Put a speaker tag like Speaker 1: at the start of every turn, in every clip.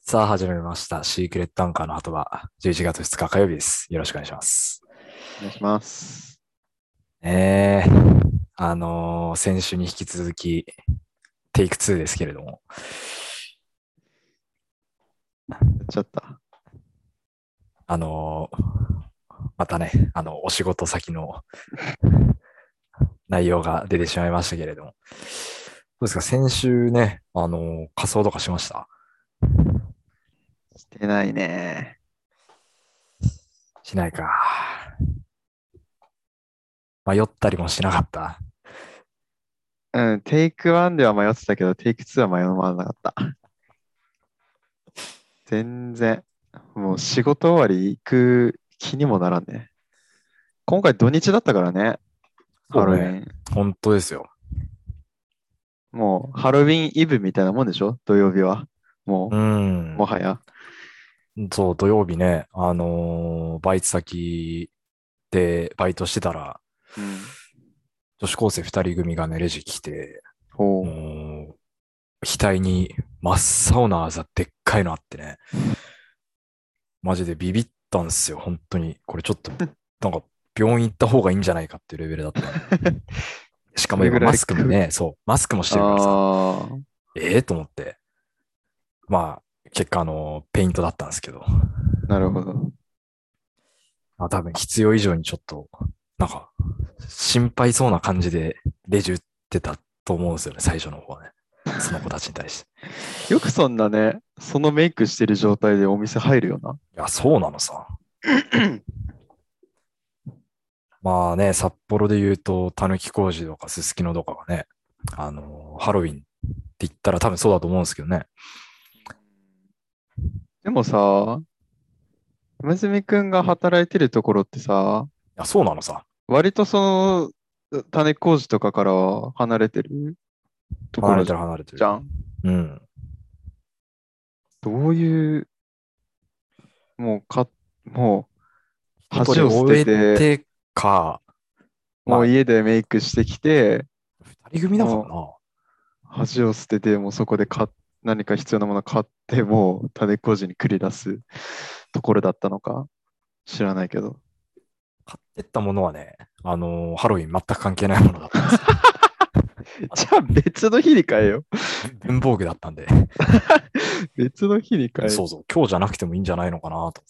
Speaker 1: さあ、始めました。シークレットアンカーの鳩場、11月2日火曜日です。よろしくお願いします。
Speaker 2: お願いします。
Speaker 1: えー、あのー、先週に引き続き、テイク2ですけれども。
Speaker 2: やっちゃった。
Speaker 1: あのー、またね、あの、お仕事先の 内容が出てしまいましたけれども。どうですか、先週ね、あのー、仮装とかしました
Speaker 2: してないね。
Speaker 1: しないか。迷ったりもしなかった。
Speaker 2: うん、テイク1では迷ってたけど、テイク2は迷わなかった。全然、もう仕事終わり行く気にもならんね。今回土日だったからね。
Speaker 1: ハロウィン。本当ですよ。
Speaker 2: もうハロウィンイブみたいなもんでしょ土曜日は。もう、うん、もはや。
Speaker 1: そう、土曜日ね、あのー、バイト先でバイトしてたら、うん、女子高生2人組がね、レジ来て、額に真っ青なあざ、でっかいのあってね、マジでビビったんすよ、本当に。これちょっ と、なんか、病院行った方がいいんじゃないかっていうレベルだった。 しかも今マスクもね、そう、マスクもしてるからさ、ええー、と思って。まあ、結果、あの、ペイントだったんですけど。
Speaker 2: なるほど。。
Speaker 1: まあ、多分必要以上にちょっと、なんか、心配そうな感じでレジ打ってたと思うんですよね、最初の方はね。その子たちに対して
Speaker 2: よくそんなね、そのメイクしてる状態でお店入るよな。
Speaker 1: いや、そうなの さ。まあね、札幌で言うと、たぬき工事とかすすきのとかがね、あの、ハロウィンって言ったら多分そうだと思うんですけどね。
Speaker 2: でもさ、娘くんが働いてるところってさ、
Speaker 1: いそうなのさ。
Speaker 2: 割とその、種工事とかからは離れてる
Speaker 1: ところ離れてる離れてる。
Speaker 2: じゃん。
Speaker 1: うん。
Speaker 2: どういう、もう、か、も
Speaker 1: う、橋を捨てててか、
Speaker 2: まあ、もう家でメイクしてきて、
Speaker 1: 二人組だから
Speaker 2: な。橋を捨てて、もうそこで買って、何か必要なもの買ってもう種麹に繰り出すところだったのか知らないけど
Speaker 1: 買ってったものはねあのー、ハロウィン全く関係ないものだったんです
Speaker 2: じゃあ別の日に買えよ
Speaker 1: 文房具だったんで
Speaker 2: 別の日に買え
Speaker 1: そうそう今日じゃなくてもいいんじゃないのかなと思って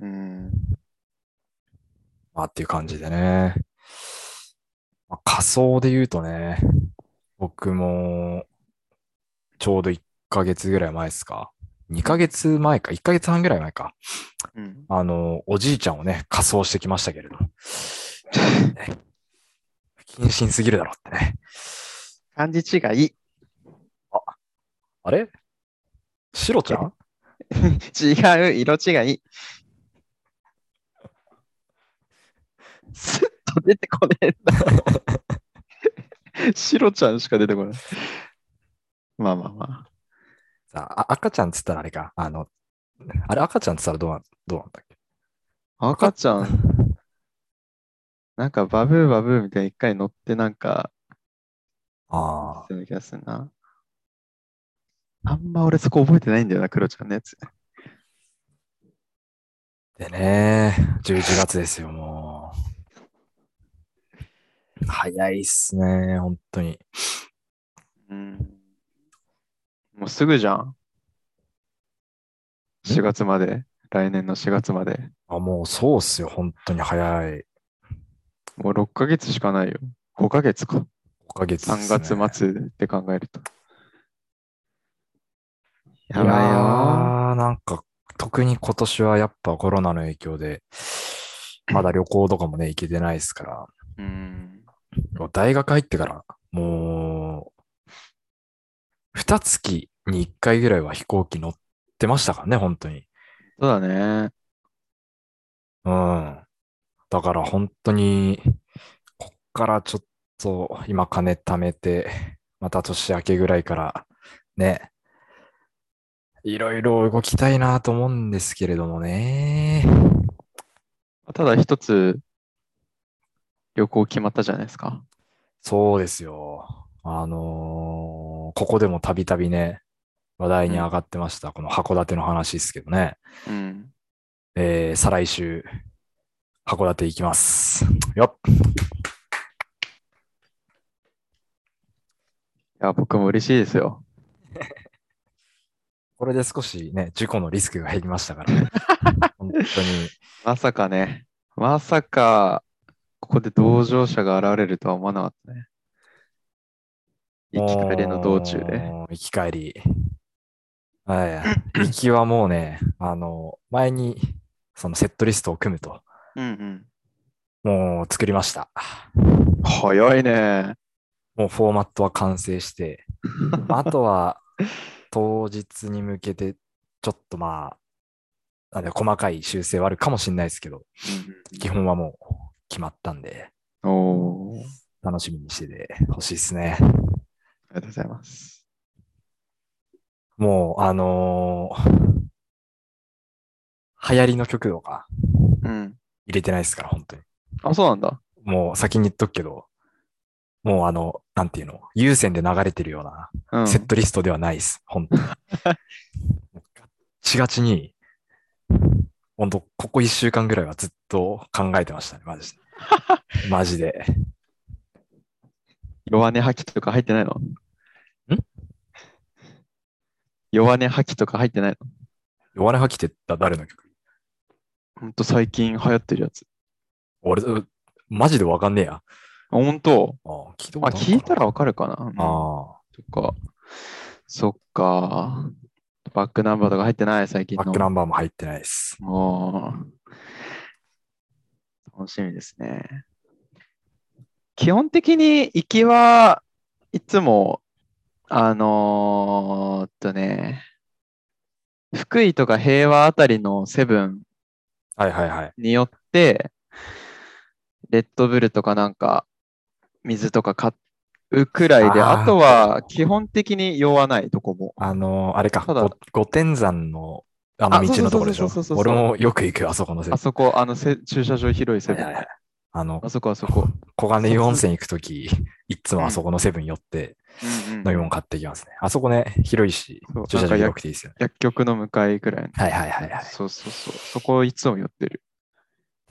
Speaker 2: うん
Speaker 1: まあっていう感じでね、まあ、仮想で言うとね僕もちょうど1ヶ月ぐらい前ですか。2ヶ月前か、1ヶ月半ぐらい前か。うん、あの、おじいちゃんをね、仮装してきましたけれども。ね、不謹慎すぎるだろってね。
Speaker 2: 漢字違い。
Speaker 1: あ、あれシロちゃん
Speaker 2: 違う、色違い。すっと出てこねえん だ。シロちゃんしか出てこない。まあまあまあ。
Speaker 1: さあ、赤ちゃんっつったらあれか。あの、あれ赤ちゃんっつったらどうなどうなんだっけ
Speaker 2: 赤ちゃん、なんかバブーバブーみたいに一回乗ってなんか、
Speaker 1: ああ。
Speaker 2: そういう気がするな。あんま俺そこ覚えてないんだよな、黒ちゃんのやつ。
Speaker 1: でね、11月ですよ、もう。早いっすね、本当に。
Speaker 2: うん。もうすぐじゃん。4月まで、来年の4月まで。
Speaker 1: あ、もうそうっすよ、本当に早い。
Speaker 2: もう6ヶ月しかないよ。5ヶ月か。
Speaker 1: 5ヶ月、
Speaker 2: ね。3月末って考えると。
Speaker 1: やばいよ。いなんか、特に今年はやっぱコロナの影響で、まだ旅行とかもね、行けてないですから。
Speaker 2: うん。
Speaker 1: 大学入ってから、もう、2月に1回ぐらいは飛行機乗ってましたからね、本当に。
Speaker 2: そうだね。
Speaker 1: うん。だから本当に、こっからちょっと今金貯めて、また年明けぐらいからね、いろいろ動きたいなと思うんですけれどもね。
Speaker 2: ただ一つ、旅行決まったじゃないですか。
Speaker 1: そうですよ。あのー、ここでもたびたびね、話題に上がってました。この函館の話ですけどね。
Speaker 2: うん。
Speaker 1: えー、再来週、函館行きます。よっ。
Speaker 2: いや、僕も嬉しいですよ。
Speaker 1: これで少しね、事故のリスクが減りました から。本当に。
Speaker 2: まさかね、まさか、ここで同乗者が現れるとは思わなかったね。行き帰りの道中で。
Speaker 1: もう。行き帰り。はいや。行きはもうね、あの、前に、そのセットリストを組むと、
Speaker 2: うんうん。
Speaker 1: もう作りました。
Speaker 2: 早いね。
Speaker 1: もうフォーマットは完成して、あとは当日に向けて、ちょっとまあ、なんで細かい修正はあるかもしれないですけど、基本はもう決まったんで、
Speaker 2: おー、
Speaker 1: 楽しみにしててほしいですね。
Speaker 2: ありがとうございます。
Speaker 1: もう、あのー流行りの曲とか
Speaker 2: うん。
Speaker 1: 入れてないですから、本当に。
Speaker 2: あ、そうなんだ。
Speaker 1: もう先に言っとくけど、もうあの、なんていうの、有線で流れてるような
Speaker 2: うん。
Speaker 1: セットリストではないです、本 当に。もうガッチガチに、本当ここ1週間ぐらいはずっと考えてましたね、マ ジで。マジで。
Speaker 2: 弱音吐きとか入ってないの
Speaker 1: ん
Speaker 2: 弱音吐きとか入ってないの
Speaker 1: 弱音吐きってだ誰の曲
Speaker 2: ほんと最近流行ってるやつ。
Speaker 1: 俺、うマジでわかんねえや。
Speaker 2: あ、ほんと
Speaker 1: ああ聞いた
Speaker 2: あ、
Speaker 1: ことあるかな
Speaker 2: 聞いたらわかるかな
Speaker 1: ああ。
Speaker 2: とか。そっか。バックナンバーとか入ってない最近の。
Speaker 1: バックナンバーも入ってないです。
Speaker 2: おー楽しみですね。基本的に行きはいつも、あのー、えっとね、福井とか平和あたりのセブン
Speaker 1: はいはいはい。
Speaker 2: によって、レッドブルとかなんか、水とか買うくらいで、
Speaker 1: あー
Speaker 2: あとは基本的に酔わないとこも。
Speaker 1: あのーあれか、
Speaker 2: ただ
Speaker 1: ご御天山のあの
Speaker 2: あ
Speaker 1: 道のところでし
Speaker 2: そう
Speaker 1: ょ
Speaker 2: そうそうそうそうそ
Speaker 1: 俺
Speaker 2: う
Speaker 1: もよく行くよ、あそこのセ
Speaker 2: あそこ、あのせ駐車場広いセブン。
Speaker 1: はいはいはいあの、
Speaker 2: あそこ、あそこ。
Speaker 1: 小金湯温泉行くとき、いっつもあそこのセブン寄って
Speaker 2: うんうん
Speaker 1: 飲み物買っていきますね。あそこね、広いし
Speaker 2: そう、
Speaker 1: 駐車
Speaker 2: な
Speaker 1: 場
Speaker 2: んかや
Speaker 1: 広くていいですよね。
Speaker 2: 薬局の向かいくらいの。
Speaker 1: はいはいはいはい。
Speaker 2: そうそうそう。そこいつも寄ってる。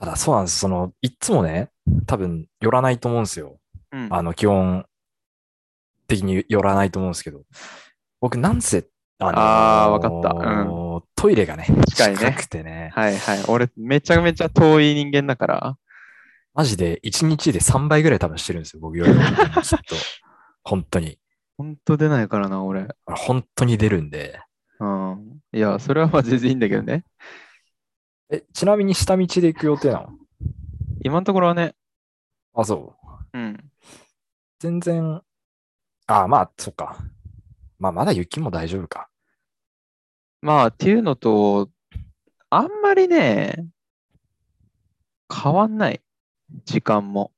Speaker 1: ただそうなんです。その、いっつもね、多分寄らないと思うんですよ。
Speaker 2: うん
Speaker 1: あの、基本的に寄らないと思うんですけど、僕、なんせ、あのー
Speaker 2: あーわかった
Speaker 1: トイレがね、
Speaker 2: 近いね
Speaker 1: 近くてね、
Speaker 2: はいはい。俺、めちゃめちゃ遠い人間だから。
Speaker 1: マジで1日で3倍ぐらい多分してるんですよ、僕より も。きっと。本当に。
Speaker 2: ほんと出ないからな、俺。
Speaker 1: 本当に出るんで。
Speaker 2: うん。いや、それはまあ全然いいんだけどね。
Speaker 1: え、ちなみに下道で行く予定なの
Speaker 2: 今のところはね、
Speaker 1: あ、そう。
Speaker 2: うん。
Speaker 1: 全然。あ、まあ、そっか。まあ、まだ雪も大丈夫か。
Speaker 2: まあ、っていうのと、あんまりね、変わんない。時間も。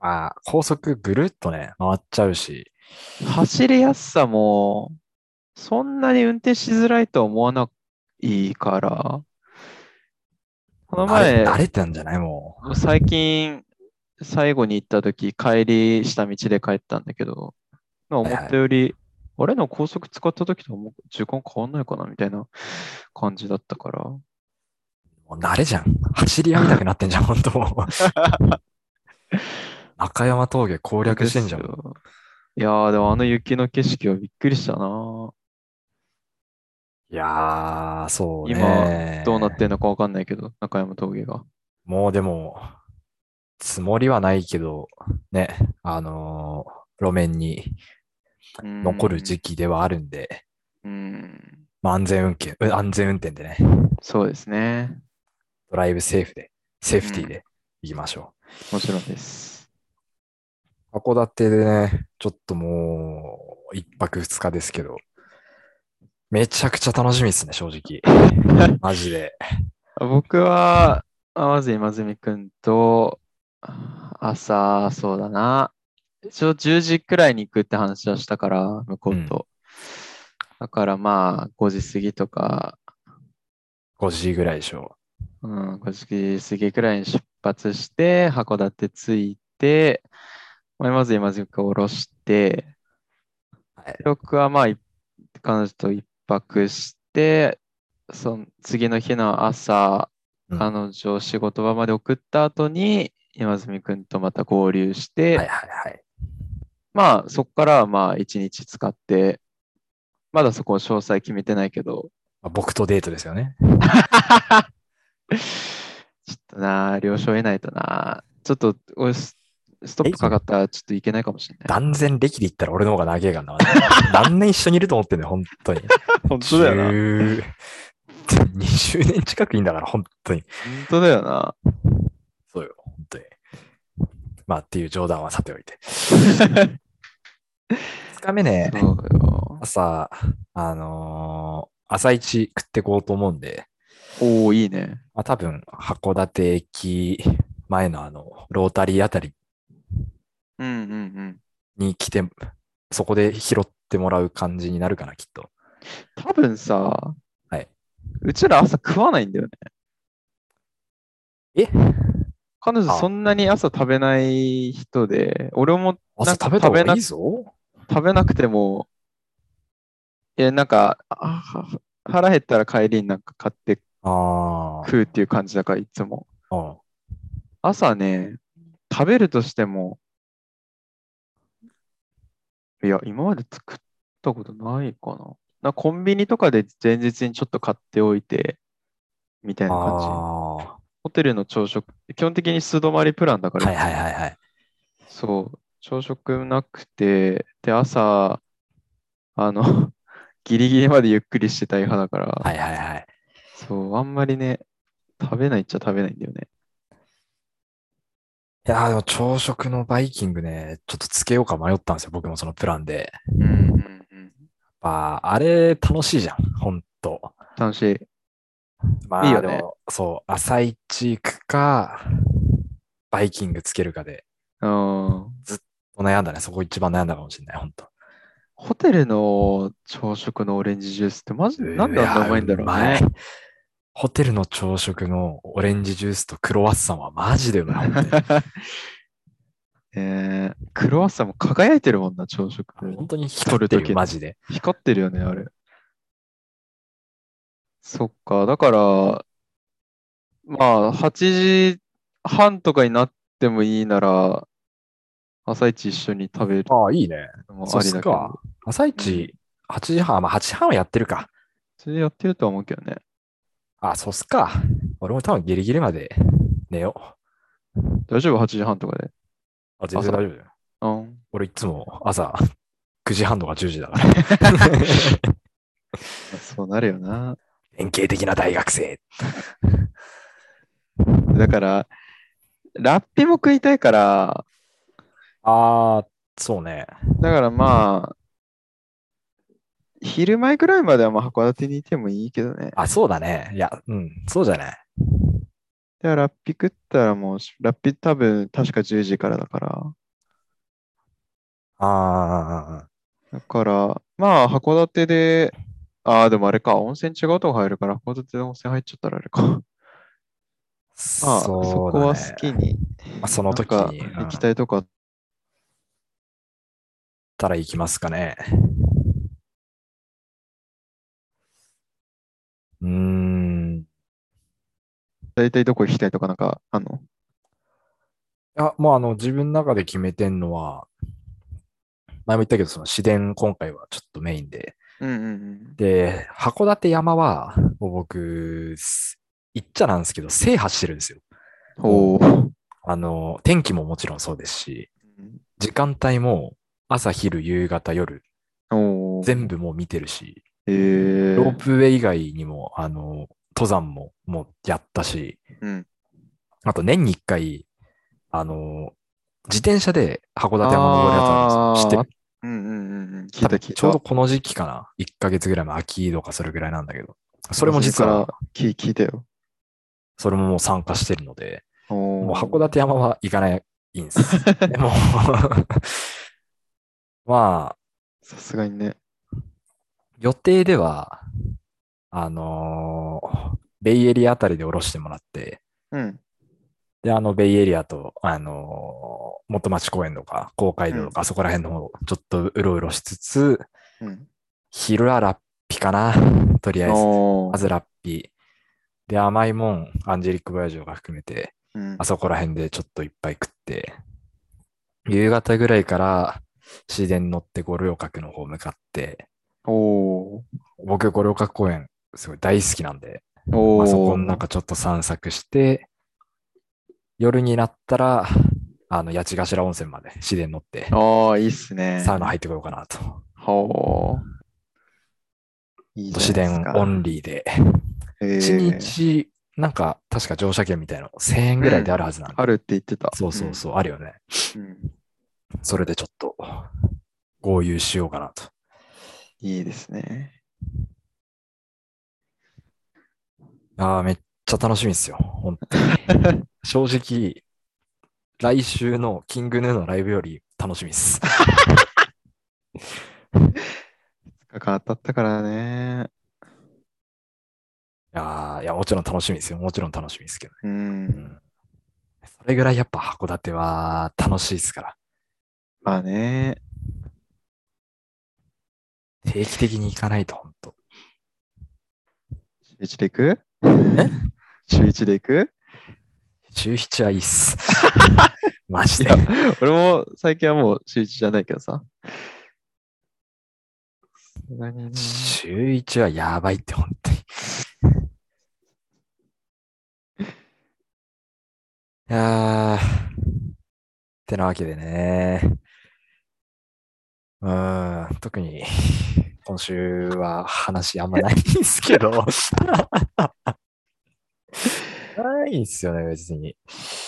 Speaker 1: まあ、高速ぐるっとね、回っちゃうし。
Speaker 2: 走りやすさも、そんなに運転しづらいとは思わないから。この
Speaker 1: 慣
Speaker 2: 前、
Speaker 1: れ慣れてんじゃないもう。
Speaker 2: 最近、最後に行った時、帰り、下道で帰ったんだけど、まあ
Speaker 1: はい
Speaker 2: 思
Speaker 1: はい
Speaker 2: ったより、あれの高速使った時ともう時間変わんないかなみたいな感じだったから。
Speaker 1: もう慣れじゃん。走り合いたくな ってんじゃん、本当もう中山峠攻略してんじゃん
Speaker 2: で。すよいやー、でもあの雪の景色はびっくりしたなー
Speaker 1: いやー、そうね。
Speaker 2: 今どうなってんのかわかんないけど、中山峠が。
Speaker 1: もうでも、積もりはないけど、ね、あのー路面に残る時
Speaker 2: 期。
Speaker 1: 期ではあるんで、
Speaker 2: うん、
Speaker 1: まあ、安全運転、う安全運転でね、
Speaker 2: そうですね。
Speaker 1: ドライブセーフで、セーフティーで行きましょ
Speaker 2: もちろんです。
Speaker 1: う。函館でね、ちょっともう、一泊二日ですけど、めちゃくちゃ楽しみですね、正 直。マジで。
Speaker 2: 僕は、まず今住くんと、朝、そうだな。一応10時くらいに行くって話はしたから、向こうと。だからまあ、5時過ぎとか、
Speaker 1: 5時ぐらいでしょ
Speaker 2: うん、5時過ぎくらいに出発して、函館着いて、まあまず今住くんを降ろして、
Speaker 1: はい
Speaker 2: 僕はまあ、い彼女と一泊して、その次の日の朝、
Speaker 1: うん
Speaker 2: 彼女を仕事場まで送った後に、山住くんとまた合流して、
Speaker 1: はいはいはい。
Speaker 2: まあそこからはまあ一日使って、まだそこを詳細決めてないけど、
Speaker 1: まあ僕とデートですよね。
Speaker 2: ちょっとな、了承得ないとな、ちょっと俺スストップかかったらちょっといけないかもしれない。
Speaker 1: 断然歴で言ったら俺の方が長えからな。 何年一緒にいると思ってんだ よ、本当に。
Speaker 2: 本
Speaker 1: 10 20年近くいいんだから、本当に。
Speaker 2: 本当だ よな。
Speaker 1: そうよ、本当に。まあっていう冗談はさておいて。2日目ね、
Speaker 2: そうよ。
Speaker 1: 朝、あのー朝一食ってこうと思うんで、
Speaker 2: おお、いいね。
Speaker 1: まあ、多分函館駅前のあの、ロータリーあたり
Speaker 2: うんうんうん。
Speaker 1: に来て、そこで拾ってもらう感じになるかな、きっと。
Speaker 2: 多分さ、
Speaker 1: はい、
Speaker 2: うちら朝食わないんだよね。
Speaker 1: え
Speaker 2: 彼女
Speaker 1: あ
Speaker 2: そんなに朝食べない人で、俺も
Speaker 1: 朝
Speaker 2: なんか
Speaker 1: 食べた方
Speaker 2: 食べな
Speaker 1: がいいぞ。
Speaker 2: 食べなくても、え、なんか、あは腹減ったら帰りになんか買って
Speaker 1: あー
Speaker 2: 食うっていう感じだから、いつも。
Speaker 1: あ。
Speaker 2: 朝ね、食べるとしても、いや、今まで作ったことないかな。なコンビニとかで前日にちょっと買っておいて、みたいな感じ。
Speaker 1: ああ。
Speaker 2: ホテルの朝食、基本的に素泊まりプランだから、
Speaker 1: はいはいはいはい。
Speaker 2: そう、朝食なくて、で、朝、あの、 ギリギリまでゆっくりしてたい派だから、
Speaker 1: はいはいはい。
Speaker 2: そう、あんまりね、食べないっちゃ食べないんだよね。
Speaker 1: いやーでも朝食のバイキングね、ちょっとつけようか迷ったんですよ、僕もそのプランで。
Speaker 2: うんうんうん。
Speaker 1: まあ、あれ楽しいじゃん、ほんと。
Speaker 2: 楽しい。
Speaker 1: ま
Speaker 2: いい
Speaker 1: あ
Speaker 2: よ
Speaker 1: で
Speaker 2: ね
Speaker 1: も、そう、朝一行くか、バイキングつけるかで、
Speaker 2: うん。
Speaker 1: 悩んだね、そこ一番悩んだかもしれない、ほんと。
Speaker 2: ホテルの朝食のオレンジジュースってマジでなんであんなうまいんだろう
Speaker 1: や
Speaker 2: ね
Speaker 1: ー。うまいホテルの朝食のオレンジジュースとクロワッサンはマジでうま い。ほんと
Speaker 2: えー、クロワッサンも輝いてるもんな、朝食。
Speaker 1: に本当に光って
Speaker 2: 取る時
Speaker 1: る、
Speaker 2: の
Speaker 1: マジで。
Speaker 2: 光ってるよね、あれ。そっか、だから、まあ、8時半とかになってもいいなら、朝一一緒に食べる
Speaker 1: ああ、いいね。
Speaker 2: のも
Speaker 1: そう
Speaker 2: あ
Speaker 1: っ
Speaker 2: り
Speaker 1: す
Speaker 2: だけど
Speaker 1: か。。朝一、8時半、まあ8時半はやってるか。
Speaker 2: それでやってるとは思うけどね。
Speaker 1: あ、そうっすか。俺も多分ギリギリまで寝よう。
Speaker 2: 大丈夫 ?8 時半とかで。
Speaker 1: あ、全然
Speaker 2: 朝
Speaker 1: 大丈夫だよ。
Speaker 2: うん。
Speaker 1: 俺いつも朝9時半とか10時だ から。
Speaker 2: そうなるよな。
Speaker 1: 典型的な大学生。
Speaker 2: だから、ラッピも食いたいから、
Speaker 1: ああ、そうね。
Speaker 2: だからまあ、昼前くらいまではまあ函館にいてもいいけどね。
Speaker 1: あ、そうだね。いや、うん、そうじゃない。
Speaker 2: で、ラッピ食ったらもう、ラッピ多分確か10時からだから。
Speaker 1: ああ、
Speaker 2: だから、まあ、函館で、ああ、でもあれか、温泉違うとこ入るから、函館で温泉入っちゃったらあれか。まあ、
Speaker 1: そうだね。
Speaker 2: こは好きに、
Speaker 1: まあその時に
Speaker 2: なんか
Speaker 1: うん
Speaker 2: 行きたいとこあっ
Speaker 1: ったら行きますかね。うーん。い
Speaker 2: 大体どこ行きたいとかなんか、あんの、
Speaker 1: や、もうあの、自分の中で決めてんのは、前も言ったけど、その市電今回はちょっとメインで、
Speaker 2: うんうんうん。
Speaker 1: で、函館山は、もう僕、す言っちゃなんですけど、制覇してるんですよ。
Speaker 2: おー
Speaker 1: あの、天気ももちろんそうですし、時間帯も朝、昼、夕方、夜、
Speaker 2: おー。
Speaker 1: 全部もう見てるし、
Speaker 2: えー
Speaker 1: ロープウェイ以外にも、あの、登山ももうやったし、
Speaker 2: うん
Speaker 1: あと年に一回、あの、自転車で函館山登るやつあるんですよ。知って
Speaker 2: あー
Speaker 1: る
Speaker 2: うんうんうんうん。聞いた聞いた。
Speaker 1: ちょうどこの時期かな。1ヶ月ぐらい前、秋とかそれぐらいなんだけど、それも実は
Speaker 2: か、ら聞聞いたよ。
Speaker 1: それももう参加してるので、
Speaker 2: お
Speaker 1: もう
Speaker 2: ー
Speaker 1: 函館山は行かないん です。でも、 まあ、
Speaker 2: さすがにね。
Speaker 1: 予定では、あのーベイエリアあたりで降ろしてもらって、
Speaker 2: うん。
Speaker 1: で、あの、ベイエリアと、あのー元町公園とか、公会堂とか、あそこら辺の方、ちょっとうろうろしつつ、
Speaker 2: うん。
Speaker 1: 昼はラッピかな。とりあえず。
Speaker 2: お
Speaker 1: ま
Speaker 2: ー
Speaker 1: ずラッピー。で、甘いもん、アンジェリック・ボヤジョが含めて、
Speaker 2: うん
Speaker 1: あそこら辺でちょっといっぱい食って、夕方ぐらいから市電乗って五稜郭の方向かって、
Speaker 2: お
Speaker 1: 僕五稜郭公園すごい大好きなんで、
Speaker 2: ーおー
Speaker 1: あそこの中ちょっと散策して、夜になったら、あの、八ヶ頭温泉まで市電乗って、
Speaker 2: ああ、いいっすね。
Speaker 1: サウナ入ってこようかなと。
Speaker 2: ほう。いい
Speaker 1: 都
Speaker 2: じ
Speaker 1: 市
Speaker 2: ゃないで
Speaker 1: 電
Speaker 2: すか
Speaker 1: オンリーで、
Speaker 2: え
Speaker 1: 1
Speaker 2: ー
Speaker 1: 日、なんか確か乗車券みたいなの1000円ぐらいであるはずなんで、
Speaker 2: あるって言ってた。
Speaker 1: そうそうそう、あるよね。
Speaker 2: うん。うん。
Speaker 1: それでちょっと、合流しようかなと。
Speaker 2: いいですね。
Speaker 1: ああ、めっちゃ楽しみですよ。本当に正直、来週のキングヌーのライブより楽しみで す。
Speaker 2: かか当たったからね。
Speaker 1: いやーいや、もちろん楽しみですよ。もちろん楽しみですけど
Speaker 2: う。
Speaker 1: ね。うんんそれぐらいやっぱ函館は楽しいですから。
Speaker 2: まあね。
Speaker 1: 定期的に行かないと、本当。
Speaker 2: 週一で行く 週一で行く
Speaker 1: 17はいいっす。マジ
Speaker 2: い
Speaker 1: で
Speaker 2: や。、俺も最近はもう週一じゃないけどさ。さすがにね
Speaker 1: 週1はやばいって、本当に。いやー、ってなわけでね。うーん、特に今週は話あんまないんですけど。ないんすよね、別に。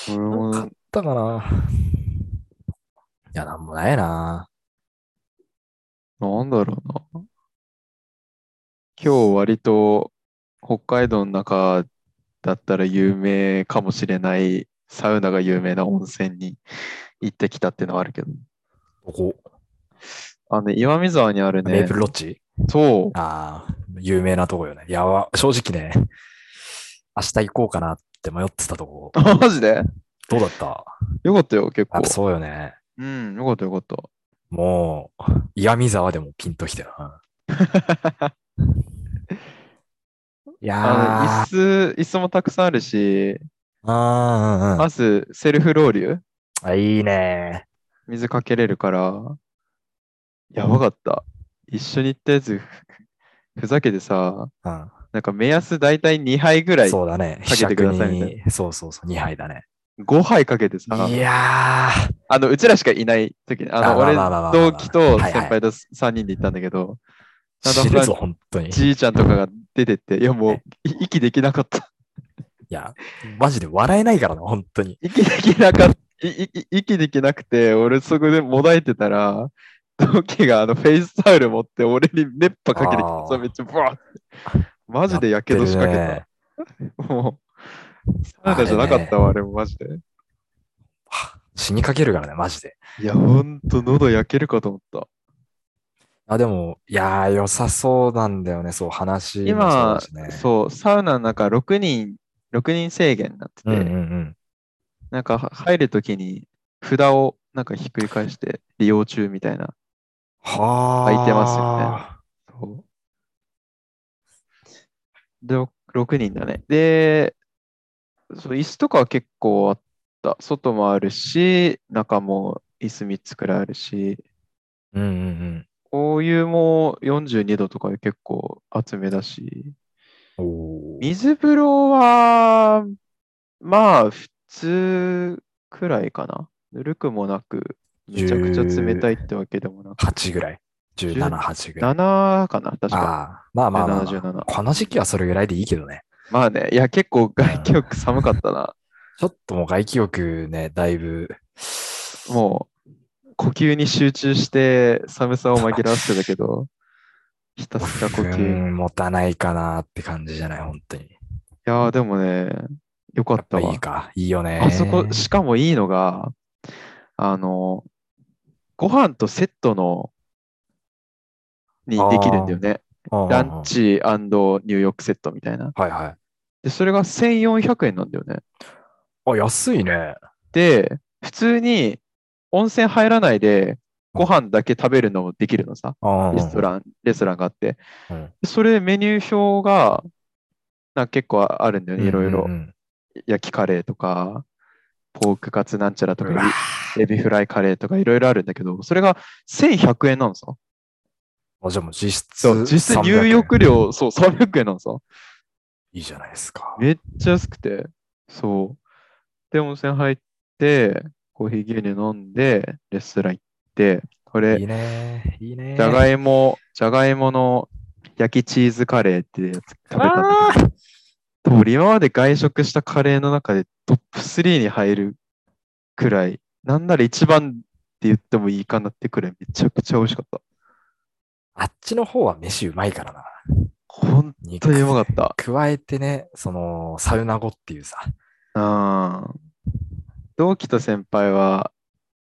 Speaker 2: 俺
Speaker 1: なんかあ
Speaker 2: も
Speaker 1: ったかな。いや、なんもないな。
Speaker 2: なんだろうな。今日割と北海道の中だったら有名かもしれないサウナが有名な温泉に行ってきたっていうのはあるけど。
Speaker 1: ここ、
Speaker 2: あのね、岩見沢にある
Speaker 1: メ
Speaker 2: ね
Speaker 1: ープ、ルロッジ
Speaker 2: そう、
Speaker 1: ああ、有名なとこよね。いや、わ正直ね、明日行こうかなって迷ってたとこ。
Speaker 2: あ マジで
Speaker 1: どうだった
Speaker 2: よかったよ、結
Speaker 1: や
Speaker 2: 構
Speaker 1: っぱ。そうよね。
Speaker 2: うん、よかったよかった。
Speaker 1: もう、岩見沢でもピンときたよ な。いや
Speaker 2: あ
Speaker 1: ー、
Speaker 2: の椅子、椅子もたくさんあるし、
Speaker 1: あーうんうん
Speaker 2: まずセルフロウリュ
Speaker 1: あ、いいね。
Speaker 2: 水かけれるから、やばかった。一緒に行ったやつ、ふふざけてさ、
Speaker 1: うん、
Speaker 2: なんか目安大体2杯ぐらい、
Speaker 1: そうだね。
Speaker 2: かけてくださいみたい
Speaker 1: ひしゃくにそうそうそう、2杯だね。
Speaker 2: 5杯かけてさ、
Speaker 1: いやー、
Speaker 2: あの、うちらしかいない時に、あ
Speaker 1: あ
Speaker 2: の、
Speaker 1: まあ
Speaker 2: 俺
Speaker 1: まあまあまあ、
Speaker 2: 同期と
Speaker 1: はいはい
Speaker 2: 先輩と3人で行ったんだけど、あの
Speaker 1: 知るぞ、本当に。い
Speaker 2: じいちゃんとかが出てって、いやもう、い息できなかった。
Speaker 1: や、マジで笑えないからな、本当に。
Speaker 2: 息できなかった。いいい息できなくて、俺そこでもだえてたら、同期があのフェイスタオル持って俺に熱波かけてき
Speaker 1: あ
Speaker 2: て
Speaker 1: ー
Speaker 2: さ、めっちゃブワーって。マジでやけどしかけ
Speaker 1: やってる
Speaker 2: た
Speaker 1: ね。
Speaker 2: もう、サウナじゃなかったわ、あれもマジで。
Speaker 1: は 死にかけるからね、マジで。
Speaker 2: いや、ほんと喉焼けるかと思った。
Speaker 1: あ、でも、いやー、良さそうなんだよね、そう、話もそう
Speaker 2: 今
Speaker 1: だし、ね。
Speaker 2: そう、サウナの中6人、6人制限になってて、
Speaker 1: うんうんうん。
Speaker 2: なんかは入るときに札をなんかひっくり返して利用中みたいな。
Speaker 1: はあ。
Speaker 2: 空いてますよねそうで、ろ6人だね。で、そう椅子とかは結構あった。外もあるし、中も椅子3つくらいあるし、
Speaker 1: うんうん
Speaker 2: こういうも42度とかで結構厚めだし、
Speaker 1: うん。おー
Speaker 2: 水風呂は、まあ、普通くらいかな。ぬるくもなく、めちゃくちゃ冷たいってわけでもなく。
Speaker 1: 8ぐらい。17、8ぐらい。
Speaker 2: 7かな、確
Speaker 1: あ
Speaker 2: か。
Speaker 1: あ、まあまあまあ、ま
Speaker 2: 17
Speaker 1: あ。この時期はそれぐらいでいいけどね。
Speaker 2: まあね、いや、結構外気浴寒かったな。
Speaker 1: ちょっともう外気浴ね、だいぶ。
Speaker 2: もう、呼吸に集中して寒さを紛らわせてたけど、ひたすら呼
Speaker 1: う
Speaker 2: 吸。い
Speaker 1: ん、持たないかなって感じじゃない、本当に。
Speaker 2: やー、でもね、よか
Speaker 1: や
Speaker 2: っ
Speaker 1: ったぱ
Speaker 2: わ
Speaker 1: いい。か。いいよね。
Speaker 2: あそこ、しかもいいのが、あの、ご飯とセットの、にできるんだよね。
Speaker 1: うんうんうん
Speaker 2: ラン。チ入浴セットみたいな。
Speaker 1: はいはい。
Speaker 2: で、それが1400円なんだよね。
Speaker 1: あ、安いね。
Speaker 2: で、普通に温泉入らないで、ご飯だけ食べるのもできるのさ。
Speaker 1: ああ
Speaker 2: レストラン、レストランがあって
Speaker 1: うん。
Speaker 2: それメニュー表が、なんか結構あるんだよね、いろいろ
Speaker 1: うんう。ん
Speaker 2: 焼きカレーとか、ポークカツなんちゃらと
Speaker 1: うんうわ
Speaker 2: か、エビフライカレーとかいろいろあるんだけど、それが1100円なのさ。
Speaker 1: あじゃあもう実
Speaker 2: そう
Speaker 1: 質。
Speaker 2: 実質
Speaker 1: 300
Speaker 2: 入浴
Speaker 1: 円
Speaker 2: 料、そう、300円なのさ。
Speaker 1: いいじゃないですか。
Speaker 2: めっちゃ安くて、そう。で、温泉入って、コーヒー牛乳飲んで、レストラン行って、これ
Speaker 1: い、いね。いいね。
Speaker 2: じゃがいも、じゃがいもの焼きチーズカレーってやつ食べたんだけど、でも今まで外食したカレーの中でトップ3に入るくらい、なんなら一番って言ってもいいかなってくらいめちゃくちゃ美味しかった。
Speaker 1: あっちの方は飯うまいからな。
Speaker 2: 本当にうまかった。
Speaker 1: 加えてね、その、サウナ後っていうさ。
Speaker 2: うん。同期と先輩は、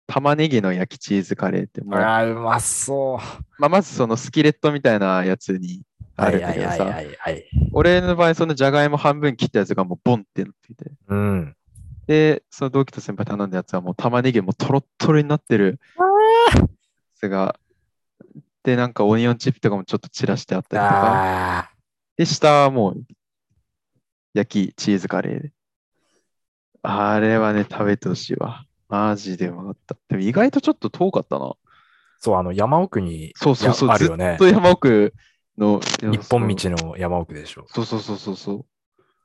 Speaker 2: 玉ねぎの焼きチーズカレーってもう、ま
Speaker 1: ああ、うまそう。
Speaker 2: あ、まずそのスキレットみたいなやつにあるんだけど
Speaker 1: はいは
Speaker 2: さ、
Speaker 1: いはいはい。
Speaker 2: 俺の場合そのじゃがいも半分切ったやつがもうボンってなっていて、
Speaker 1: うん。
Speaker 2: で、その同期と先輩頼んだやつはもう玉ねぎもトロットロになってるやつが、で、なんかオニオンチップとかもちょっと散らしてあったりとか、
Speaker 1: ああ、
Speaker 2: で、下はもう焼きチーズカレーで。あれはね、食べてほしいわ。マジでうまかった。でも意外とちょっと遠かったな。
Speaker 1: そう、あの、山奥に、
Speaker 2: そうそうそう
Speaker 1: いやあるよね
Speaker 2: ずっと山奥の。
Speaker 1: 一本道の山奥でしょ。
Speaker 2: そうそうそうそうそう。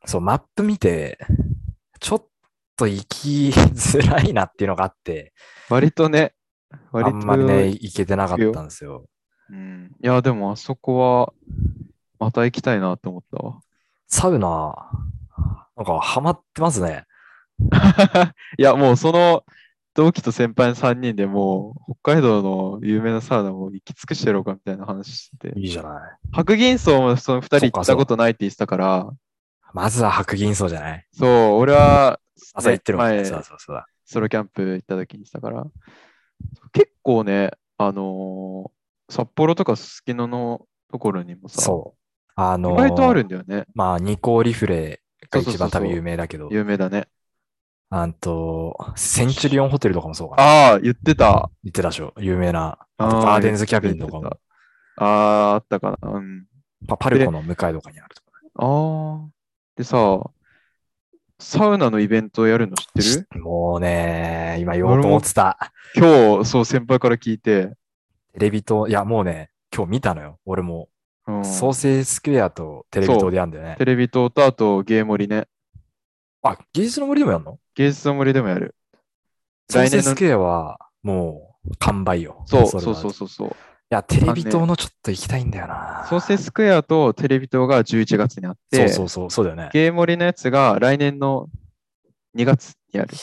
Speaker 1: そう、マップ見て、ちょっと行きづらいなっていうのがあって、
Speaker 2: 割とね、割
Speaker 1: あ
Speaker 2: と
Speaker 1: んまりね、行けてなかったんですよ。
Speaker 2: うんいや、でもあそこは、また行きたいなって思ったわ。
Speaker 1: サウナ、なんかハマってますね。
Speaker 2: いや、もうその同期と先輩の3人でもう、北海道の有名なサウナも行き尽くしてやろうかみたいな話してて、
Speaker 1: いいじゃない。
Speaker 2: 白銀荘もその2人
Speaker 1: そう
Speaker 2: 行
Speaker 1: か
Speaker 2: っ
Speaker 1: そ
Speaker 2: た
Speaker 1: うか
Speaker 2: ことないって言ってたから、
Speaker 1: まずは白銀荘じゃない
Speaker 2: そう、俺は、
Speaker 1: 朝行ってるもんね。
Speaker 2: 前
Speaker 1: そうそうそうだ。
Speaker 2: ソロキャンプ行った時にしたから、結構ね、あのー札幌とかすすきののところにもさ、
Speaker 1: そう。あの
Speaker 2: 意
Speaker 1: ー
Speaker 2: 外とあるんだよね。
Speaker 1: まあ、二項リフレが
Speaker 2: そうそう
Speaker 1: 一
Speaker 2: そう
Speaker 1: 番
Speaker 2: そう
Speaker 1: 多分有名だけど、
Speaker 2: 有名だね。
Speaker 1: あんと、センチュリオンホテルとかもそうかな。
Speaker 2: ああ、言ってた。
Speaker 1: 言ってたでしょ。有名な。
Speaker 2: あ
Speaker 1: あと
Speaker 2: ー
Speaker 1: ガーデンズキャビンとか
Speaker 2: 言って
Speaker 1: も。
Speaker 2: たああ、あったかな。うん。
Speaker 1: パパルコの向かいとかにあるとか。
Speaker 2: ああ。でさ、サウナのイベントやるの知ってる
Speaker 1: もうね、今言おうと思ってた。
Speaker 2: 今日、そう、先輩から聞いて。
Speaker 1: テレビと、いや、もうね、今日見たのよ。俺も、
Speaker 2: うん、
Speaker 1: ソーセージスクエアとテレビ
Speaker 2: そう
Speaker 1: 塔でやんだよね
Speaker 2: テ。レビ塔とあとゲームリね。
Speaker 1: あ、芸術の森でもやんの
Speaker 2: 芸術の森でもやる。
Speaker 1: ソ
Speaker 2: 来
Speaker 1: ー
Speaker 2: 年
Speaker 1: セ
Speaker 2: の
Speaker 1: ージスクエアは、もう、完売よ。
Speaker 2: そう
Speaker 1: れは
Speaker 2: そうそう
Speaker 1: い
Speaker 2: そうそう。
Speaker 1: や、テレビ塔のちょっと行きたいんだよな。
Speaker 2: ソーセスクエアとテレビ塔が11月にあっ
Speaker 1: そ
Speaker 2: て、
Speaker 1: うそうそう、そうだよね。
Speaker 2: ゲームリのやつが来年の2月にやる。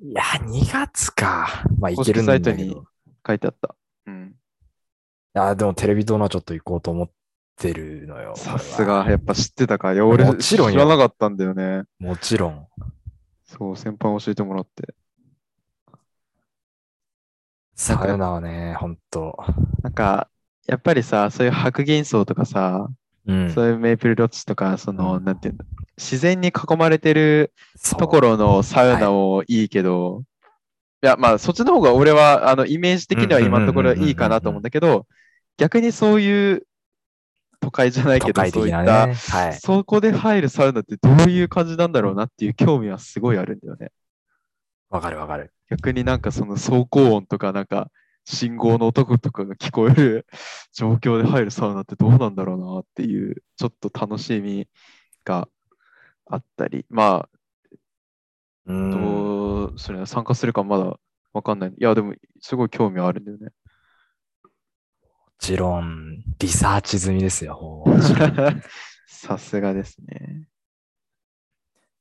Speaker 1: いや、2月か。まあ、
Speaker 2: 公
Speaker 1: 行け
Speaker 2: 式
Speaker 1: るんだけ
Speaker 2: サイトに
Speaker 1: ど。
Speaker 2: 書いてあった。うん。
Speaker 1: あ、でもテレビ塔のはちょっと行こうと思ってるのよ。
Speaker 2: さす
Speaker 1: これは。
Speaker 2: が、やっぱ知ってたか。いや、俺、
Speaker 1: もちろん
Speaker 2: 知
Speaker 1: よ
Speaker 2: らなかったんだよね。
Speaker 1: もちろん。
Speaker 2: そう、先輩に教えてもらって。
Speaker 1: サウナはね、ほんと。
Speaker 2: なんか、やっぱりさ、そういう白銀層とかさ、
Speaker 1: うん。
Speaker 2: そういうメイプルロッジとか、その、
Speaker 1: うん
Speaker 2: なんていうんだ、自然に囲まれてる
Speaker 1: そう
Speaker 2: ところのサウナもいいけど、いや、まあ、そっちの方が俺は、あの、イメージ的には
Speaker 1: うんうんうんうん
Speaker 2: 今のところいいかなと思うんだけど、逆にそういう都会じゃない
Speaker 1: 都
Speaker 2: けど、
Speaker 1: 会
Speaker 2: そう
Speaker 1: 的
Speaker 2: いっ
Speaker 1: な
Speaker 2: た、
Speaker 1: ね。はい。
Speaker 2: そこで入るサウナってどういう感じなんだろうなっていう興味はすごいあるんだよね。
Speaker 1: わかるわかる。
Speaker 2: 逆になんかその走行音とかなんか信号の音とかが聞こえる状況で入るサウナってどうなんだろうなっていうちょっと楽しみがあったりま
Speaker 1: う
Speaker 2: あ
Speaker 1: ん。
Speaker 2: どうそれは参加するかまだわかんないいやでもすごい興味はあるんだよね
Speaker 1: もちろん、リサーチ済みですよ。もう
Speaker 2: さすがですね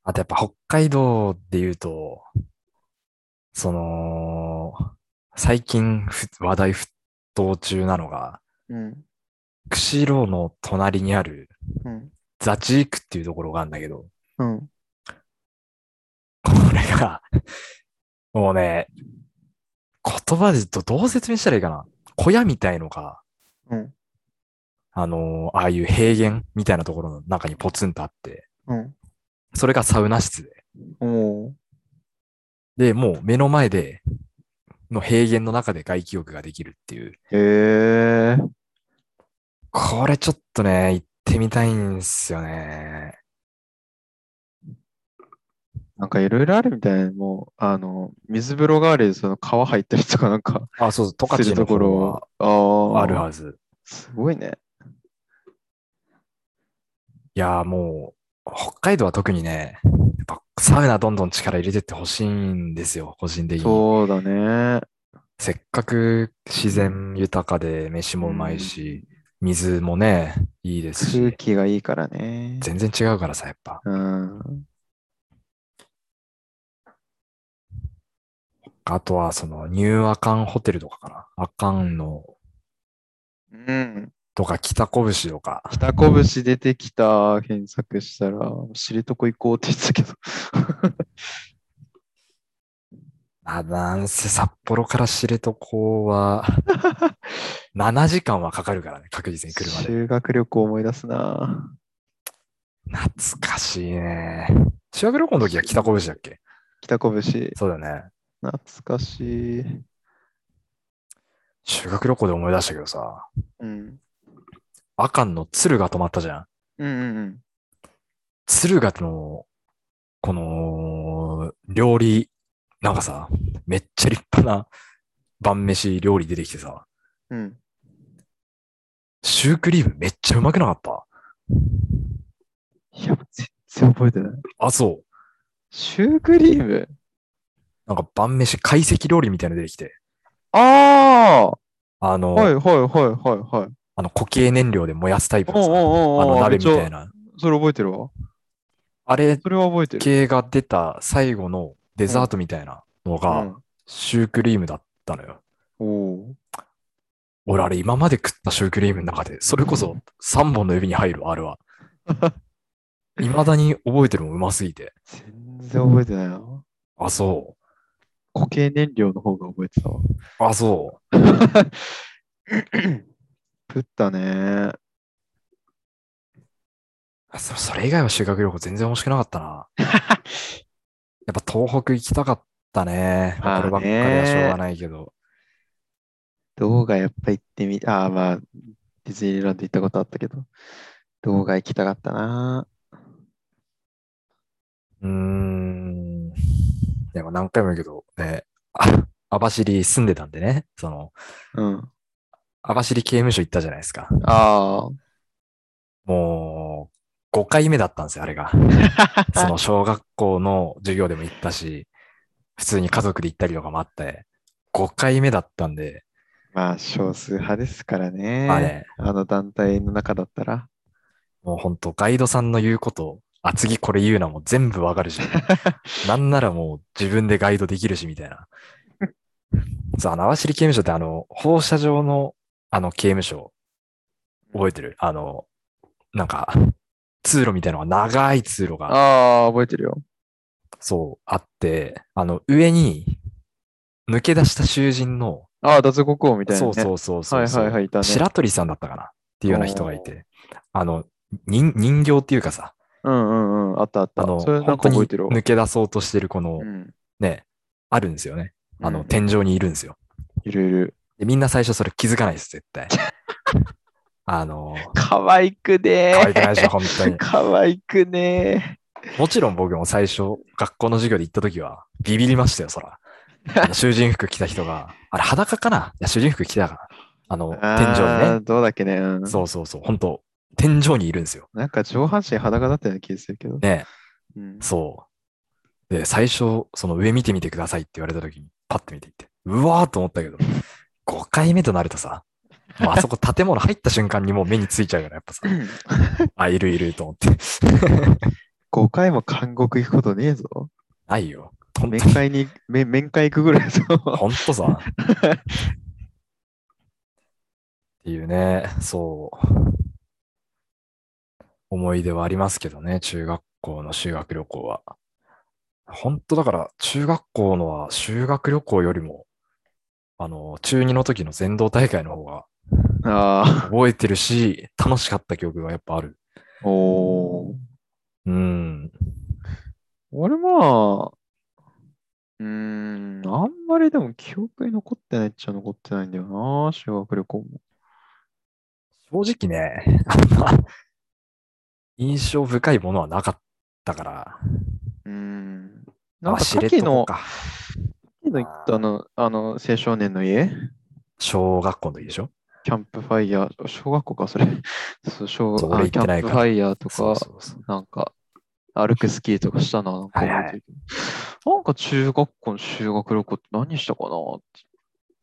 Speaker 1: あとやっぱ北海道で言うと、その、最近ふ話題沸騰中なのが、
Speaker 2: うん
Speaker 1: 釧路の隣にある
Speaker 2: うん
Speaker 1: ザチークっていうところがあるんだけど、
Speaker 2: うん
Speaker 1: これが、もうね、言葉で言うとどう説明したらいいかな。小屋みたいのが、
Speaker 2: うん
Speaker 1: あのーああいう平原みたいなところの中にポツンとあって、
Speaker 2: うん
Speaker 1: それがサウナ室で。
Speaker 2: おー
Speaker 1: で、もう目の前で、の平原の中で外気浴ができるっていう。
Speaker 2: へえ。
Speaker 1: これちょっとね、行ってみたいんですよね。
Speaker 2: なんかいろいろあるみたいな、もう、あの、水風呂代わりでその川入ったりとかなんか
Speaker 1: あ、そうそう、十勝の
Speaker 2: するとこ
Speaker 1: 方
Speaker 2: ろ
Speaker 1: は
Speaker 2: ああ、
Speaker 1: あるはず。
Speaker 2: すごいね。
Speaker 1: いやーもう、北海道は特にね、やっぱサウナどんどん力入れてってほしいんですよ、個人的に。
Speaker 2: そうだね。
Speaker 1: せっかく自然豊かで飯もうまいし、水もね、いいです
Speaker 2: 空
Speaker 1: し、
Speaker 2: 気がいいからね。
Speaker 1: 全然違うからさ、やっぱ。
Speaker 2: うん。
Speaker 1: あとは、その、ニューアカンホテルとかかな。アカンの、
Speaker 2: うん。
Speaker 1: とか、北拳とか。
Speaker 2: 北拳出てきた検索したら、知床行こうって言ってたけど。
Speaker 1: あ、なんせ札幌から知床は、7時間はかかるからね、確実に車で。
Speaker 2: 修学旅行思い出すな。
Speaker 1: 懐かしいね。修学旅行の時は北拳だっけ
Speaker 2: 北拳、
Speaker 1: そうだよね。
Speaker 2: 懐かしい。
Speaker 1: 修学旅行で思い出したけどさ、
Speaker 2: うん。
Speaker 1: 阿寒の鶴が止まったじゃん。
Speaker 2: うんうんうん。
Speaker 1: 鶴がの、この、料理、なんかさ、めっちゃ立派な晩飯料理出てきてさ、
Speaker 2: うん、
Speaker 1: シュークリームめっちゃうまくなかった
Speaker 2: いや、全然覚えてない。
Speaker 1: あ、そう。
Speaker 2: シュークリーム
Speaker 1: なんか晩飯懐石料理みたいなの出てきて、
Speaker 2: あ
Speaker 1: あ
Speaker 2: あ
Speaker 1: の、
Speaker 2: はいはいはいはいはい。
Speaker 1: あの固形燃料で燃やすタイプのさ、
Speaker 2: おうおうおうおう
Speaker 1: あの鍋みた
Speaker 2: め
Speaker 1: い
Speaker 2: っち
Speaker 1: な。
Speaker 2: ゃそれ覚えてるわ。
Speaker 1: あれ
Speaker 2: それは覚えてる。
Speaker 1: 系が出た最後のデザートみたいなの
Speaker 2: う
Speaker 1: が
Speaker 2: ん、
Speaker 1: シュークリームだったのよ。
Speaker 2: おお
Speaker 1: 俺あれ今まで食ったシュークリームの中で、それこそ3本の指に入る、あれ は。未だに覚えてるもんうますぎて。
Speaker 2: 全然覚えてないな。
Speaker 1: あ、そ
Speaker 2: 固形燃料の方が覚えてたわ。
Speaker 1: う。あ、そ
Speaker 2: 食ったね。
Speaker 1: う。そそれ以外は修学旅行全然面白くなかった な。やっぱ東北行きたかったね。まあこればっかりはしょうがないけど。
Speaker 2: 動画やっぱ行ってみ、ああまあ、ディズニーランド行ったことあったけど、動画行きたかったな。
Speaker 1: うーん。でも何回も言うけど、ね、あ網走住んでたんでね、その、
Speaker 2: うん。あ
Speaker 1: 網走刑務所行ったじゃないですか。
Speaker 2: あ。
Speaker 1: もう、5回目だったんですよ、あれが。その小学校の授業でも行ったし、普通に家族で行ったりとかもあって、5回目だったんで、
Speaker 2: まあ、少数派ですからね。
Speaker 1: まあね、
Speaker 2: あの団体の中だったら。
Speaker 1: もう本当ガイドさんの言うこと、あ、次これ言うなも全部わかる し、なんならもう自分でガイドできるし、みたいな。そう、あの、網走刑務所ってあの、放射状の、あの、刑務所、覚えてるあの、なんか、通路みたいなのが、長い通路が、
Speaker 2: ああ、覚えてるよ。
Speaker 1: そう、あって、あの、上に、抜け出した囚人の、
Speaker 2: ああ、脱獄王みたいな、
Speaker 1: そ
Speaker 2: ね。
Speaker 1: うそうそうそう、
Speaker 2: はいはいはい、いたね。
Speaker 1: 白鳥さんだったかなっていうような人がいて、あの、人人形っていうかさ、
Speaker 2: うんうんうん、あったあっ
Speaker 1: あ
Speaker 2: た。
Speaker 1: の、
Speaker 2: それなん
Speaker 1: 本当
Speaker 2: か
Speaker 1: に
Speaker 2: 覚えてるわ。
Speaker 1: 抜け出そうとしてるこの、
Speaker 2: うん、
Speaker 1: ね、あるんですよね。あの、
Speaker 2: うん
Speaker 1: 天井にいるんですよ。
Speaker 2: いるいる。
Speaker 1: で、みんな最初それ気づかないです、絶 対。あの、
Speaker 2: 可愛くね
Speaker 1: 可愛くないでしょ、本当 に。
Speaker 2: 可愛くね
Speaker 1: もちろん僕も最初、学校の授業で行った時は、ビビりましたよ、そら。あの 囚人服着た人が、あれ裸かないや、囚人服着てたから。あの、天井にね。
Speaker 2: どうだっけね。うん、
Speaker 1: そうそうそう、本当天井にいるんですよ。
Speaker 2: なんか上半身裸だったような気がするけど。
Speaker 1: ね、
Speaker 2: うん、
Speaker 1: そう。で、最初、その上見てみてくださいって言われた時に、パッと見ていって、うわーと思ったけど、5回目となるとさ、もうあそこ建物入った瞬間にもう目についちゃうから、やっぱ さ、あ、いるいると思って。
Speaker 2: 5回も監獄行くことねえぞ。
Speaker 1: ないよ。本当
Speaker 2: 面
Speaker 1: に
Speaker 2: 会に、面面会行くぐら いぞ。
Speaker 1: ほんとさ。っていうね、そう。思い出はありますけどね、中学校の修学旅行は。本当だから、中学校のは修学旅行よりも、あの、中2の時の全道大会の方が
Speaker 2: あ
Speaker 1: 覚えてるし、楽しかった記憶がやっぱある。
Speaker 2: あ。おお。
Speaker 1: うん。
Speaker 2: 俺まあ、うーん、あんまりでも記憶に残ってないっちゃ残ってないんだよな、修学旅行も。
Speaker 1: 正直ね、あんま印象深いものはなかったから、
Speaker 2: うーん。
Speaker 1: ま
Speaker 2: な
Speaker 1: あ
Speaker 2: んか、
Speaker 1: 知
Speaker 2: さっ
Speaker 1: 床
Speaker 2: きの、
Speaker 1: か。
Speaker 2: さっきの言ったあの、あの、青少年の家、
Speaker 1: 小学校の時でしょ
Speaker 2: キャンプファイヤー、小学校か、それ。 そう、小
Speaker 1: そう
Speaker 2: あ
Speaker 1: 俺行
Speaker 2: キ
Speaker 1: ってない
Speaker 2: ャンプ
Speaker 1: から
Speaker 2: ファイヤーと
Speaker 1: そう
Speaker 2: か、
Speaker 1: そうそう。
Speaker 2: なんか、歩くスキーとかしたな、なんか覚えてる
Speaker 1: はいは
Speaker 2: なんか中学校の修学旅行って何したかなっ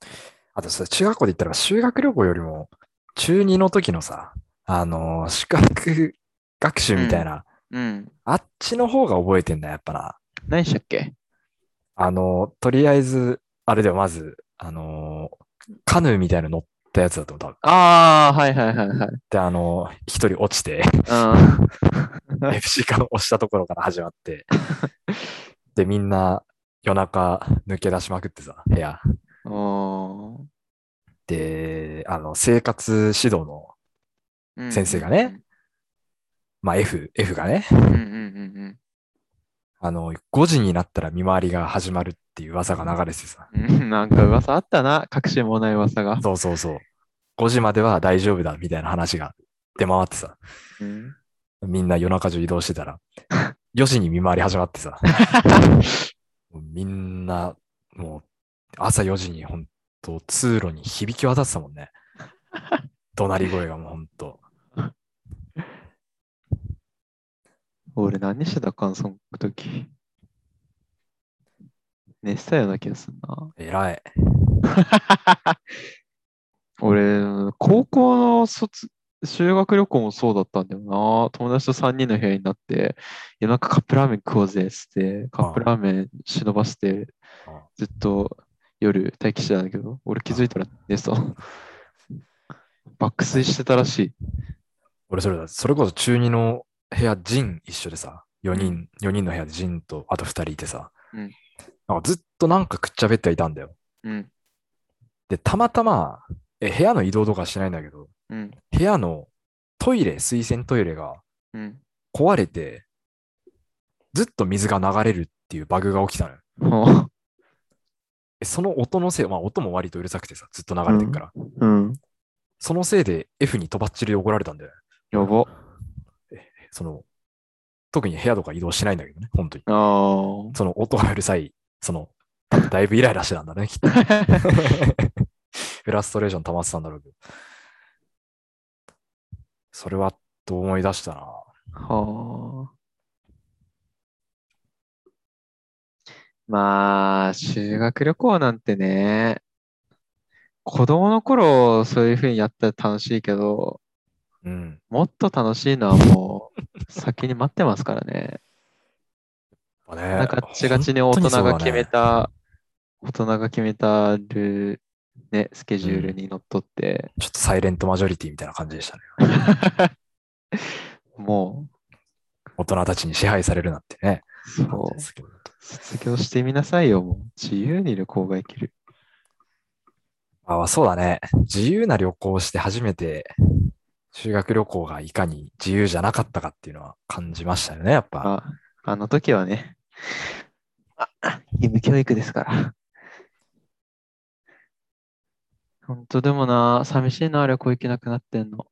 Speaker 2: て
Speaker 1: あとさ、中学校で言ったら修学旅行よりも、中2の時のさ、あのー宿泊学習みたいな、
Speaker 2: うん。
Speaker 1: あっちの方が覚えてんだ、やっぱな。
Speaker 2: 何したっけ
Speaker 1: あのーとりあえず、あれだよ、まず、あのーカヌーみたいなの乗ったやつだと思う、多分。
Speaker 2: ああ、はいはいはいはい。
Speaker 1: で、あのー一人落ち て、
Speaker 2: うん。
Speaker 1: FC 缶を押したところから始まって、で、みんな夜中抜け出しまくってさ、部屋。
Speaker 2: あ
Speaker 1: で、あの、生活指導の、
Speaker 2: ー
Speaker 1: 先生がね。まあ、F、F がね、
Speaker 2: うんうんうん
Speaker 1: あの、5時になったら見回りが始まるっていう噂が流れてさ、
Speaker 2: うんうんうん。なんか噂あったな、隠しもない噂が。
Speaker 1: そうそうそう、5時までは大丈夫だみたいな話が出回ってさ、
Speaker 2: うん
Speaker 1: みんな夜中中移動してたら、4時に見回り始まってさ、もうみんな、もう、朝4時に本当通路に響き渡ってたもんね。怒鳴り声がもう本当。
Speaker 2: 俺何してたかな、その時。寝てたような気がするな。
Speaker 1: 偉い。
Speaker 2: 俺、高校の卒、修学旅行もそうだったんだよな。友達と3人の部屋になって、夜中カップラーメン食おうぜっつって、カップラーメン忍ばして
Speaker 1: ああ、
Speaker 2: ずっと夜待機してたんだけど、俺気づいたら寝てた。 爆睡してたらしい。
Speaker 1: 俺それだ。それこそ中2の部屋、ジン一緒でさ、4人、四人の部屋でジンとあと2人いてさ、
Speaker 2: うん
Speaker 1: なんかずっとなんかくっちゃべってはいたんだよ。
Speaker 2: うん、
Speaker 1: で、たまたま、え部屋の移動とかはしないんだけど、
Speaker 2: うん、
Speaker 1: 部屋のトイレ、水洗トイレが
Speaker 2: うん。
Speaker 1: 壊れて、ずっと水が流れるっていうバグが起きたのよ。
Speaker 2: も
Speaker 1: えその音のせい、まあ音も割とうるさくてさ、ずっと流れてるから、
Speaker 2: う、うん。
Speaker 1: そのせいで F にとばっちりで怒られたんだよね。
Speaker 2: やば。
Speaker 1: その、特に部屋とか移動しないんだけどね、本当に。
Speaker 2: あ ー
Speaker 1: その音がうるさい、その、多分だいぶイライラしてたんだね、きっ と。フラストレーション溜まってたんだろうけど。それは、と思い出したな。
Speaker 2: はあ。まあ、修学旅行なんてね、子供の頃そういうふうにやったら楽しいけど、
Speaker 1: うん。
Speaker 2: もっと楽しいのはもう先に待ってますからね。
Speaker 1: まあね、
Speaker 2: なんかガチガチに大
Speaker 1: 本当
Speaker 2: 人
Speaker 1: そうだ
Speaker 2: が
Speaker 1: ね
Speaker 2: 決めた、大人が決めたルーね、スケジュールにのっとって、
Speaker 1: ちょっとサイレントマジョリティみたいな感じでしたね。
Speaker 2: も
Speaker 1: 大人たちに支配されるなんてね。
Speaker 2: う、そ
Speaker 1: 感じ
Speaker 2: う
Speaker 1: で、すけど
Speaker 2: 卒業してみなさいよ、もう。自由に旅行が行ける。
Speaker 1: あそうだね。自由な旅行をして初めて修学旅行がいかに自由じゃなかったかっていうのは感じましたよね、やっぱ。
Speaker 2: あ、あの時はね、あ義務教育ですから。本当でもな、寂しいな、旅行行けなくなってんの。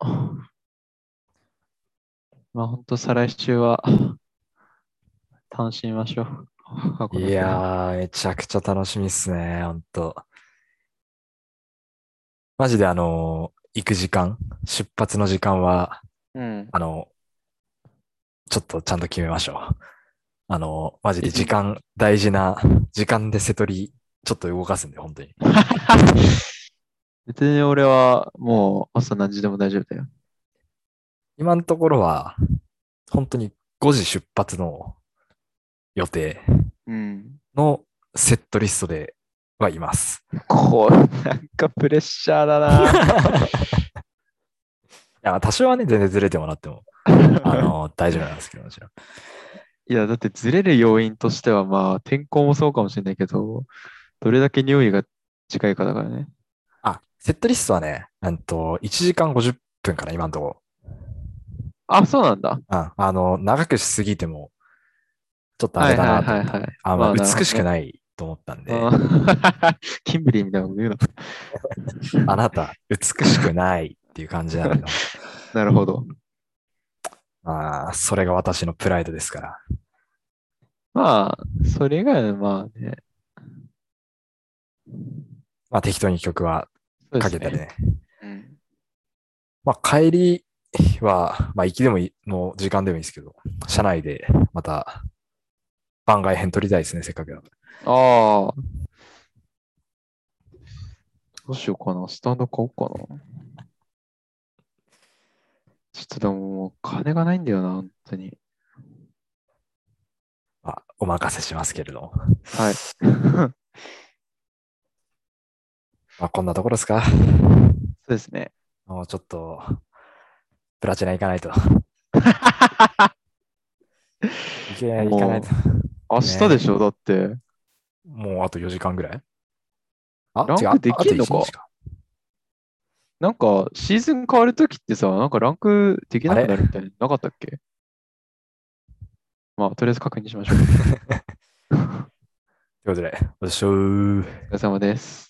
Speaker 2: まあ本当、再来週は、楽しみましょう。箱根
Speaker 1: いやー、めちゃくちゃ楽しみっすね、ほんと。マジであのー行く時間、出発の時間は、
Speaker 2: うん。
Speaker 1: あのちょっとちゃんと決めましょう。あのマジで時間、大事な時間で瀬取り、ちょっと動かすんで、本当に。
Speaker 2: 別に俺は、もう、朝何時でも大丈夫だよ。
Speaker 1: 今のところは、本当に5時出発の予定
Speaker 2: うん。
Speaker 1: のセットリストではいます。
Speaker 2: こう、なんかプレッシャーだな。
Speaker 1: いや、多少はね、全然ずれてもらっても、あの、大丈夫なんですけど、もちろん。
Speaker 2: いや、だってずれる要因としては、まあ、天候もそうかもしれないけど、どれだけ匂いが近いかだからね。
Speaker 1: あ、セットリストはね、うんと、1時間50分かな、今のところ。
Speaker 2: あ、そうなんだ。
Speaker 1: うん。あの、長くしすぎても、ちょっとあれだなと思ったんで、
Speaker 2: はいはいはいはい
Speaker 1: あん
Speaker 2: ま
Speaker 1: ま
Speaker 2: あなるほどね
Speaker 1: 美しくないと思ったんで、
Speaker 2: あ ーキンブリーみたいなこと言うの。
Speaker 1: あなた、美しくないっていう感じなのよ。
Speaker 2: なるほど。
Speaker 1: まあ、それが私のプライドですから。
Speaker 2: まあ、それ以外はまあね。
Speaker 1: まあ、適当に曲は
Speaker 2: そうで
Speaker 1: か
Speaker 2: す
Speaker 1: けたりね。
Speaker 2: うん
Speaker 1: まあ、帰りは、まあ、行きでもいい、の時間でもいいですけど、車内でまた番外編撮りたいですね、せっかくなので。
Speaker 2: ああ。どうしようかな。スタンド買おうかな。ちょっとでももう金がないんだよな、本当に。
Speaker 1: まあ、お任せしますけれども。
Speaker 2: はい。
Speaker 1: まあ、こんなところですか。
Speaker 2: そうですね。
Speaker 1: もうちょっと、プラチナ行か ないと。いけない、行かないと。
Speaker 2: 明日でしょ、だって。
Speaker 1: もうあと4時間ぐらいあ、
Speaker 2: ランク
Speaker 1: 違う、あ
Speaker 2: できんのか
Speaker 1: あと一日か
Speaker 2: なんか、シーズン変わるときってさ、なんかランクできなくなるみたいなのなかったっけまあ、とりあえず確認しましょ
Speaker 1: と
Speaker 2: う。
Speaker 1: いうことで、お疲れ様です
Speaker 2: お疲れ様です。